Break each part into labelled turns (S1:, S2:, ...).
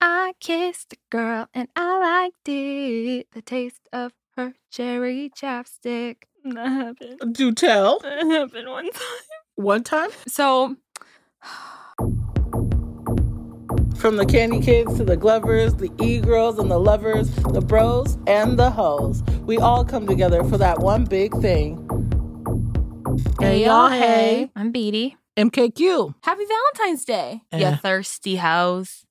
S1: I kissed a girl and I liked it. The taste of her cherry chapstick. That happened.
S2: Do tell.
S1: That happened one time.
S2: One time
S1: So
S2: from the candy kids to the glovers, the e girls and the lovers, the bros and the hoes. We all come together for that one big thing. Hey, y'all, hey.
S1: I'm Beatty.
S2: MKQ.
S3: Happy Valentine's Day.
S1: Yeah,
S2: Yeah.
S1: thirsty house.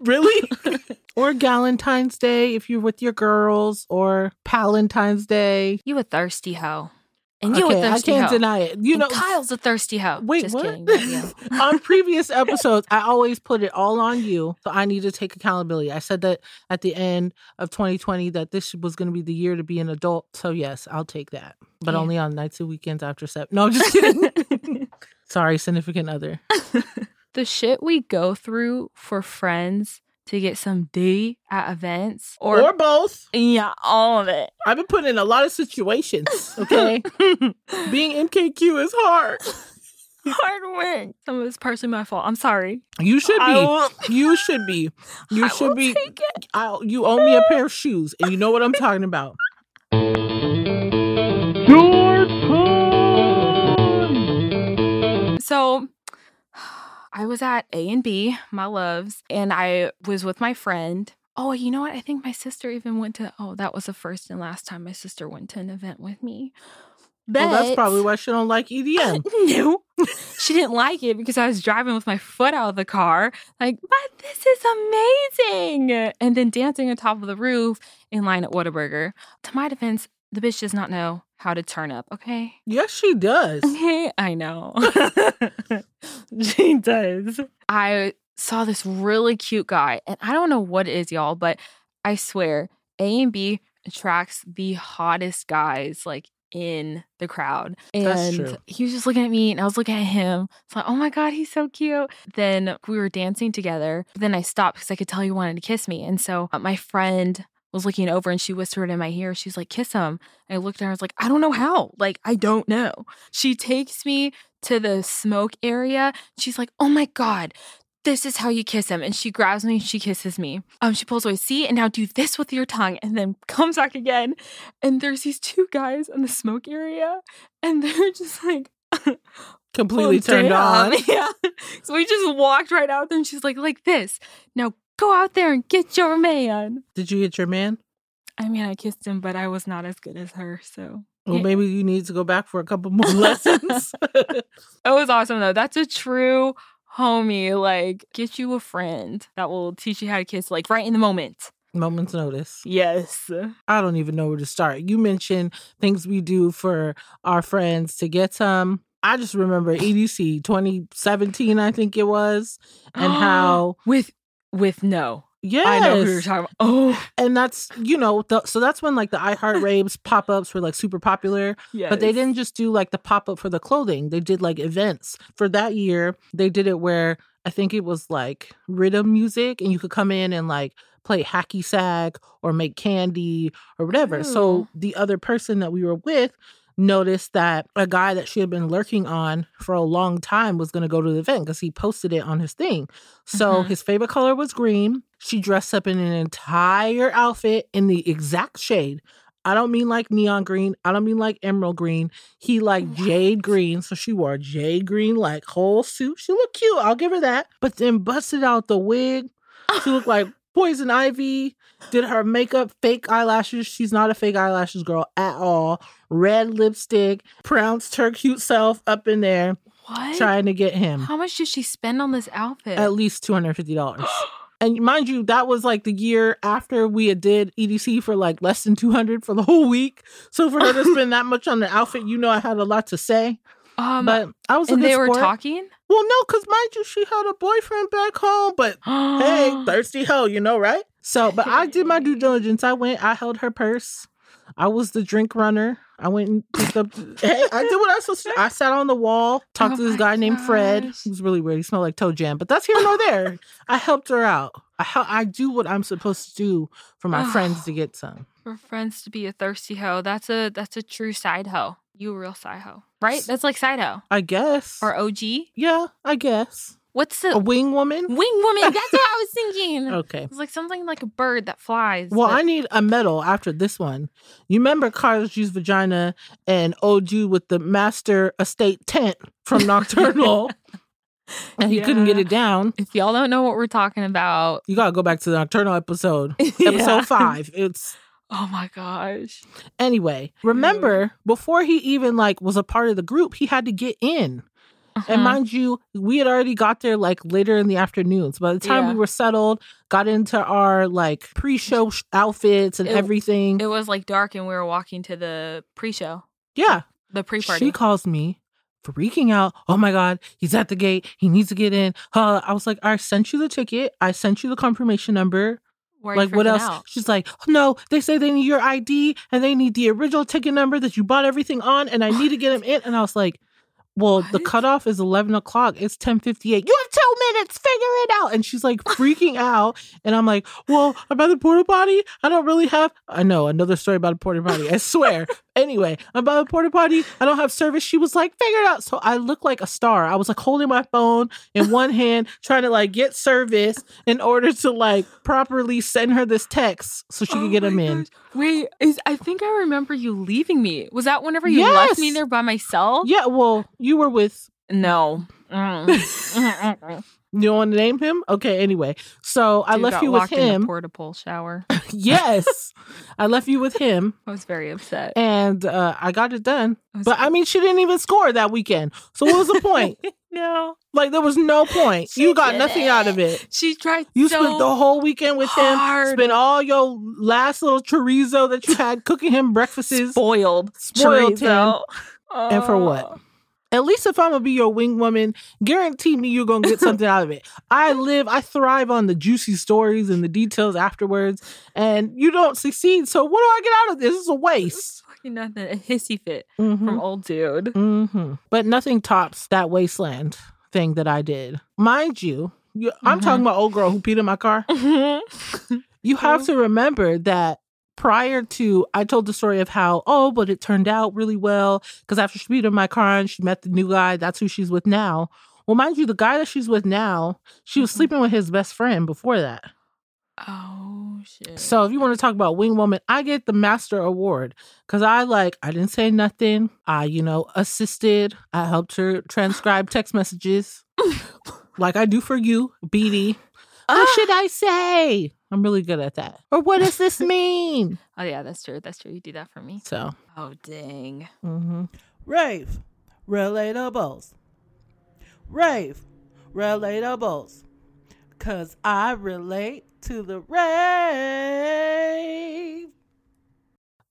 S2: really? or Galentine's Day if you're with your girls, or Palentine's Day.
S1: You a thirsty hoe.
S3: And you
S2: okay,
S3: a thirsty
S2: I can't
S3: hoe.
S2: deny it. You
S1: And
S2: know,
S1: Kyle's a thirsty hoe.
S2: Wait,
S1: Just
S2: what?
S1: kidding. not you.
S2: on previous episodes, I always put it all on you. So I need to take accountability. I said that at the end of 2020 that this was going to be the year to be an adult. So yes, I'll take that, but
S1: Yeah.
S2: only on nights and weekends after seven. No, I'm just kidding. Sorry, significant other.
S1: the shit we go through for friends to get some D at events or,
S2: both.
S1: yeah, all of it.
S2: I've been put in a lot of situations. Okay, being MKQ is hard.
S1: Hard work. Some of it's partially my fault. I'm sorry.
S2: You should
S1: I
S2: be.
S1: will-
S2: You should be. You
S1: I
S2: should
S1: will
S2: be.
S1: take it.
S2: I, you owe me a pair of shoes, and you know what I'm talking about.
S1: So I was at A and B, my loves, and I was with my friend. Oh, you know what? I think my sister even went to. Oh, that was the first and last time my sister went to an event with me. But
S2: Well, that's probably why she don't like E EDM.
S1: no, she didn't like it because I was driving with my foot out of the car, like, but this is amazing. And then dancing on top of the roof in line at Whataburger. To my defense, the bitch does not know how to turn up, okay?
S2: Yes, she does.
S1: Okay, I know. she does. I saw this really cute guy, and I don't know what it is, y'all, but I swear A and B attracts the hottest guys like in the crowd. And
S2: That's true.
S1: he was just looking at me and I was looking at him. It's like, oh my God, he's so cute. Then we were dancing together. Then I stopped because I could tell he wanted to kiss me. And so uh, my friend was looking over and she whispered in my ear, she's like, kiss him. And I looked at her, I was like, I don't know how. Like, I don't know. She takes me to the smoke area. She's like, oh my God, this is how you kiss him. And she grabs me, she kisses me. Um, she pulls away, see, and now do this with your tongue, and then comes back again. And there's these two guys in the smoke area, and they're just like
S2: Completely
S1: "Oh,
S2: turned
S1: damn."
S2: on.
S1: Yeah. So we just walked right out there and she's like, like this. Now go out there and get your man.
S2: Did you get your man?
S1: I mean, I kissed him, but I was not as good as her, so
S2: Well,
S1: Yeah.
S2: maybe you need to go back for a couple more lessons.
S1: It was awesome though. That's a true homie. Like, get you a friend that will teach you how to kiss, like right in the moment.
S2: Moments notice.
S1: Yes.
S2: I don't even know where to start. You mentioned things we do for our friends to get some. I just remember E EDC 2017, I think it was, and how
S1: with with no.
S2: yes,
S1: I know who you're talking about. Oh
S2: and that's you know, the, so that's when like the iHeart raves pop ups were like super popular.
S1: yes.
S2: But they didn't just do like the pop up for the clothing. They did like events for that year. They did it where I think it was like rhythm music, and you could come in and like play hacky sack or make candy or whatever.
S1: Ooh.
S2: So the other person that we were with noticed that a guy that she had been lurking on for a long time was going to go to the event because he posted it on his thing. So
S1: Mhm.
S2: his favorite color was green. She dressed up in an entire outfit in the exact shade. I don't mean like neon green. I don't mean like emerald green. He like jade green. So she wore a jade green, like whole suit. She looked cute. I'll give her that. But then busted out the wig. She looked like poison ivy. Did her makeup, fake eyelashes. She's not a fake eyelashes girl at all. Red lipstick, pronounced her cute self up in there,
S1: what?
S2: trying to get him.
S1: How much did she spend on this outfit?
S2: At least two hundred fifty dollars. And mind you, that was like the year after we had did EDC for like less than two hundred for the whole week. So for her to spend that much on the outfit, you know, I had a lot to say.
S1: um,
S2: But I was a
S1: and
S2: good
S1: they were
S2: sport.
S1: talking.
S2: Well, no, because mind you, she had a boyfriend back home. But hey, thirsty hoe, you know, right? So, but I did my due diligence. I went. I held her purse. I was the drink runner. I went and picked up. hey, I did what I was supposed to. do. I sat on the wall, talked
S1: Oh
S2: to this
S1: my
S2: guy named Fred.
S1: gosh.
S2: He was really weird. He smelled like toe jam, but that's here nor there. I helped her out. I hel- I do what I'm supposed to do for my
S1: Oh.
S2: friends to get some.
S1: For friends to be a thirsty hoe, that's a that's a true side hoe. You a real side hoe, right? That's like side hoe
S2: I guess.
S1: or OG.
S2: yeah, I guess.
S1: What's the
S2: A wing woman?
S1: wing woman? That's what I was thinking.
S2: Okay.
S1: It's like something like a bird that flies.
S2: Well,
S1: but-
S2: I need a medal after this one. You remember Carlos G's vagina and old Jew with the master estate tent from Nocturnal, and he couldn't get
S1: Yeah.
S2: it down.
S1: If y'all don't know what we're talking about,
S2: You gotta go back to the Nocturnal episode,
S1: Yeah.
S2: episode five. It's
S1: Oh my gosh.
S2: Anyway, remember before he even like was a part of the group, he had to get in.
S1: Uh-huh.
S2: And mind you, we had already got there like later in the afternoon. So by the time
S1: Yeah.
S2: we were settled, got into our like pre-show sh- outfits and
S1: It-
S2: everything.
S1: it was like dark and we were walking to the pre-show,
S2: yeah,
S1: the pre-party.
S2: she calls me freaking out. Oh my god, he's at the gate. He needs to get in. Huh. I was like, I sent you the ticket. I sent you the confirmation number.
S1: Why are you
S2: like what
S1: freaking
S2: else?
S1: out?
S2: She's like, "Oh, no, they say they need your ID and they need the original ticket number that you bought everything on, and I need to get them in. And I was like, well, the
S1: What?
S2: cutoff is eleven o'clock. It's ten fifty eight. You have two minutes. Figure it out. And she's like freaking out. And I'm like, well, I'm at the porta potty. I don't really have. I know another story about a porta potty. I swear. anyway, I'm by the porta potty. I don't have service. She was like, figure it out. So I look like a star. I was like holding my phone in one hand, trying to like get service in order to like properly send her this text so she
S1: Oh
S2: could get
S1: my
S2: him in.
S1: gosh. Wait, is I think I remember you leaving me. Was that whenever you
S2: Yes.
S1: left me there by myself?
S2: Yeah, well, you were with.
S1: No. Mm.
S2: You don't want to name him? Okay, anyway. So I
S1: Dude
S2: left
S1: got
S2: you with
S1: locked in a
S2: him.
S1: portable shower.
S2: yes. I left you with him
S1: I was very upset.
S2: and uh, I got it done.
S1: I was
S2: But I mean, she didn't even score that weekend. So what was the point?
S1: no.
S2: like, there was no point.
S1: She
S2: you got
S1: did
S2: nothing
S1: it.
S2: out of it.
S1: She tried
S2: You
S1: so
S2: spent the whole weekend with him.
S1: hard.
S2: Spent all your last little chorizo that you had cooking him breakfasts.
S1: spoiled.
S2: Spoiled him.
S1: chorizo.
S2: And for what?
S1: Oh.
S2: At least if I'm gonna be your wing woman, guarantee me you're gonna get something out of it. I live, I thrive on the juicy stories and the details afterwards, and you don't succeed. So what do I get out of this? It's a waste.
S1: Fucking nothing. A hissy fit
S2: hmm
S1: from old dude.
S2: hmm But nothing tops that wasteland thing that I did, mind you. you I'm
S1: Mhm.
S2: talking about old girl who peed in my car. You have
S1: Mhm.
S2: to remember that prior to I told the story of how oh, but it turned out really well because after she beat in my car and she met the new guy, that's who she's with now. Well, mind you, the guy that she's with now, she was
S1: Mhm.
S2: sleeping with his best friend before that.
S1: Oh shit.
S2: So if you want to talk about wing woman, I get the master award because I like I didn't say nothing. I you know assisted. I helped her transcribe text messages, like I do for you, BD. What
S1: Ah.
S2: should I say? I'm really good at that. Or what does this mean?
S1: Oh yeah, that's true. That's true. You do that for me.
S2: So,
S1: Oh dang.
S2: mm-hmm.
S3: Rave Relatables. Rave Relatables. Cause I relate to the rave.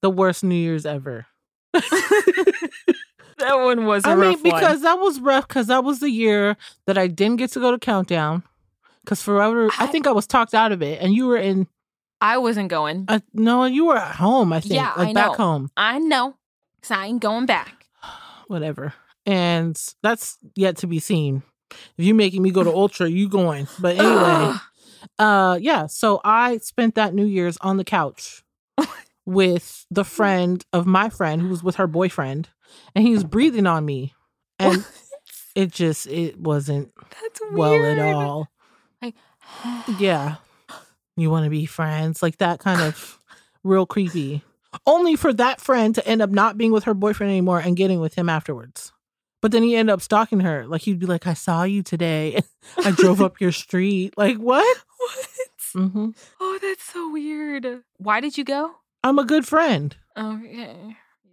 S2: the worst New Year's ever.
S1: That one was. I
S2: I mean, because that was rough. Because that was the year that I didn't get to go to Countdown. Because forever, I,
S1: I-
S2: think I was talked out of it, and you were in.
S1: I wasn't going.
S2: Uh, no, you were at home. I think,
S1: Yeah,
S2: like
S1: I
S2: back
S1: know.
S2: home,
S1: I know, cause I ain't going back.
S2: whatever. And that's yet to be seen. If you making me go to Ultra, you going. But anyway,
S1: Ugh.
S2: uh, yeah. So I spent that New Year's on the couch with the friend of my friend who was with her boyfriend, and he was breathing on me, and it just it wasn't
S1: that's weird.
S2: well at all.
S1: Like,
S2: Yeah. You want to be friends? Like that kind of real creepy. Only for that friend to end up not being with her boyfriend anymore and getting with him afterwards. But then he ended up stalking her. Like he'd be like, I saw you today. I drove up your street. Like, what?
S1: what?
S2: hmm
S1: Oh, that's so weird. Why did you go?
S2: I'm a good friend.
S1: Okay. Oh,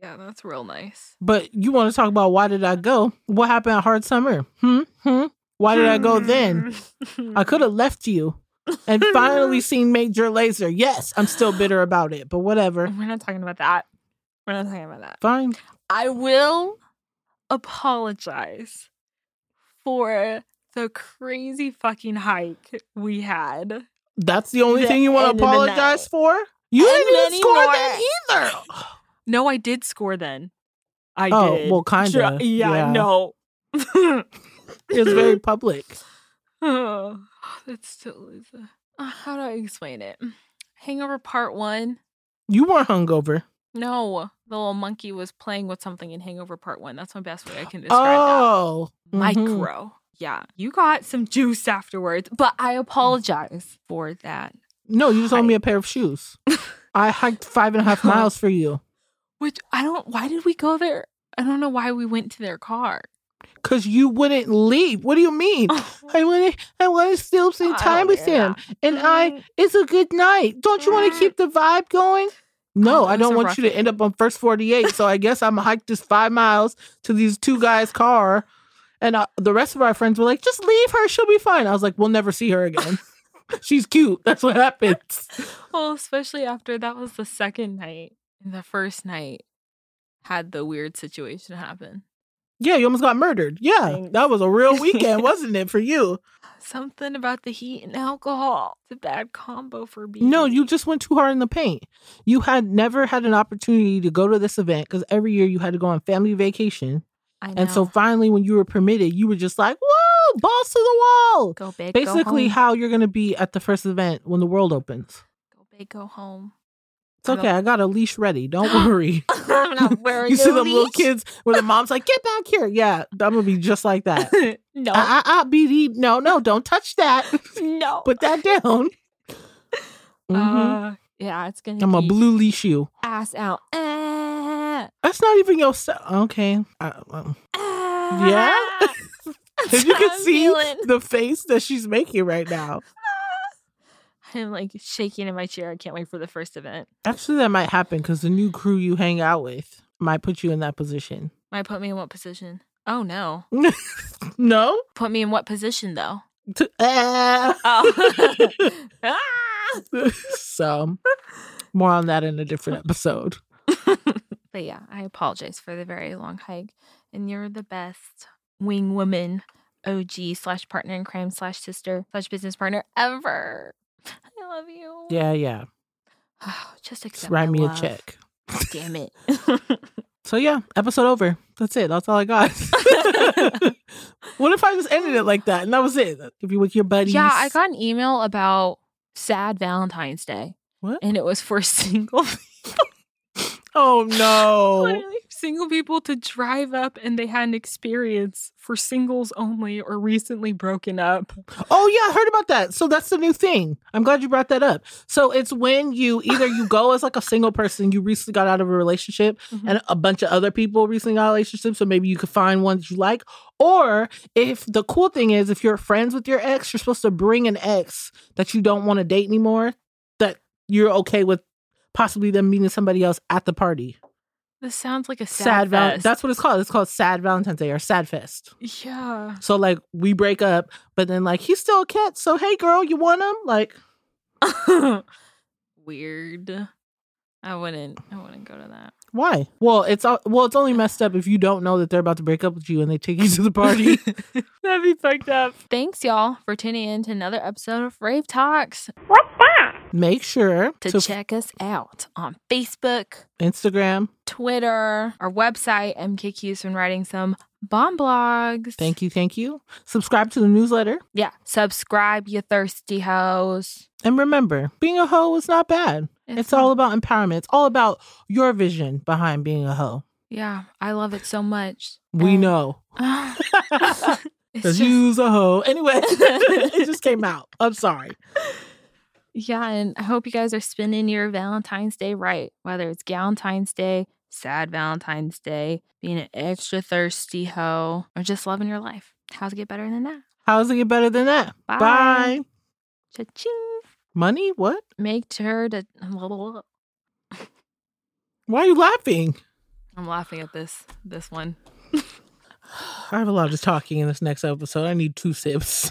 S1: Yeah, that's real nice.
S2: But you want to talk about why did I go? What happened at Hard Summer? Hmm? Hmm? Why did I go then? I could have left you and finally seen Major Laser. Yes, I'm still bitter about it, but whatever.
S1: We're not talking about that. We're not talking about that.
S2: Fine.
S1: I will apologize for the crazy fucking hike we had.
S2: That's the only
S1: The
S2: thing you want
S1: end
S2: to
S1: of the
S2: apologize
S1: night.
S2: for? You
S1: And
S2: didn't even
S1: many
S2: score
S1: more.
S2: that either.
S1: No, I did score then. I
S2: Oh,
S1: did.
S2: well, kinda,
S1: Try-
S2: yeah.
S1: Yeah, no.
S2: It's very public.
S1: oh, that's still Lisa. Uh, How do I explain it? Hangover Part One.
S2: You weren't hungover.
S1: No, the little monkey was playing with something in Hangover Part One. That's my best way I can describe
S2: Oh.
S1: that.
S2: mhm.
S1: Micro. yeah, you got some juice afterwards, but I apologize for that.
S2: No, you just owe me a pair of shoes. I hiked five and a half miles for you
S1: Which I don't, why did we go there? I don't know why we went to their car.
S2: because you wouldn't leave. What do you mean? I want to. I want to still spend
S1: Oh. I
S2: time
S1: don't
S2: with
S1: hear
S2: him, and I. It's a good night. Don't you want to
S1: Mm.
S2: keep the vibe going? No,
S1: Oh,
S2: I
S1: it was
S2: don't
S1: a
S2: want
S1: rough
S2: you to end up on first forty-eight. so I guess I'm gonna hike this five miles to these two guys' car, and uh the rest of our friends were like, "Just leave her; she'll be fine." I was like, "We'll never see her again. She's cute. That's what happens."
S1: Well, especially after that was the second night. And the first night had the weird situation happen.
S2: Yeah, you almost got murdered. Yeah,
S1: Thanks.
S2: that was a real weekend, wasn't it, for you?
S1: Something about the heat and alcohol. It's a bad combo for me.
S2: No, you just went too hard in the paint. You had never had an opportunity to go to this event because every year you had to go on family vacation.
S1: I know.
S2: And so finally, when you were permitted, you were just like, whoa, balls to the wall.
S1: go big,
S2: Basically,
S1: go home.
S2: how you're going to be at the first event when the world opens.
S1: go big, go home.
S2: It's okay. I got a leash ready. Don't worry.
S1: I'm not wearing.
S2: you see
S1: no
S2: them little
S1: leash.
S2: kids where the mom's like, get back here. Yeah, I'm going to be just like that.
S1: no,
S2: Uh, uh, uh, BD. No, no, don't touch that.
S1: no.
S2: Put that down. Mhm.
S1: Uh, yeah, it's gonna.
S2: I'm a
S1: be
S2: blue leash you.
S1: ass out. Ah,
S2: That's not even your se- Okay. I, um,
S1: ah.
S2: Yeah?
S1: That's
S2: if you
S1: how
S2: could
S1: I'm
S2: see
S1: feeling.
S2: the face that she's making right now.
S1: I'm like shaking in my chair. I can't wait for the first event.
S2: Actually, that might happen because the new crew you hang out with might put you in that position.
S1: Might put me in what position? Oh no,
S2: No?
S1: put me in what position though?
S2: T- eh.
S1: Oh, Ah.
S2: so, more on that in a different episode.
S1: but yeah, I apologize for the very long hike, and you're the best wing woman, OG slash partner in crime slash sister slash business partner ever. I love you.
S2: Yeah, yeah.
S1: Just accept
S2: Just write
S1: my
S2: me a
S1: love.
S2: check.
S1: Damn it.
S2: So, yeah, episode over. That's it. That's all I got. what if I just ended it like that and that was it? If you with your buddies.
S1: yeah, I got an email about sad Valentine's Day.
S2: What?
S1: And it was for single
S2: Oh, no.
S1: literally single people to drive up and they had an experience for singles only or recently broken up.
S2: Oh yeah, I heard about that. So that's the new thing. I'm glad you brought that up. So it's when you either you go as like a single person, you recently got out of a relationship,
S1: Mhm.
S2: and a bunch of other people recently got out of relationships, so maybe you could find one that you like. Or if the cool thing is, if you're friends with your ex, you're supposed to bring an ex that you don't want to date anymore, that you're okay with possibly them meeting somebody else at the party.
S1: This sounds like a sad,
S2: Sad, Val-
S1: fest.
S2: That's what it's called. It's called Sad Valentine's Day or Sad Fest.
S1: yeah.
S2: So like we break up, but then like he's still a cat. So hey, girl, you want him? Like
S1: Weird. I wouldn't I wouldn't go to that.
S2: why? Well, it's all, well, it's only messed up if you don't know that they're about to break up with you and they take you to the party.
S1: That'd be fucked up. Thanks y'all for tuning in to another episode of Rave Talks.
S2: Make sure
S1: To
S2: to, f-
S1: check us out on Facebook,
S2: Instagram.
S1: Twitter, our website, MKQ's been writing some bomb blogs.
S2: Thank you, thank you. Subscribe to the newsletter,
S1: Yeah. Subscribe, you thirsty hoes.
S2: and remember, being a hoe is not bad. It's, all about empowerment. It's all about your vision behind being a hoe.
S1: Yeah, I love it so much.
S2: We
S1: And-
S2: know.
S1: it's
S2: Cause
S1: just-
S2: you's a hoe. Anyway, it just came out. I'm sorry.
S1: yeah, and I hope you guys are spending your Valentine's Day right, whether it's Galentine's Day, sad Valentine's Day, being an extra thirsty hoe, or just loving your life. How to get better than that?
S2: How does it get better than that?
S1: Bye.
S2: Bye.
S1: Cha-ching.
S2: Money? What?
S1: Make sure to.
S2: Why are you laughing?
S1: I'm laughing at this this one.
S2: I have a lot of talking in this next episode. I need two sips.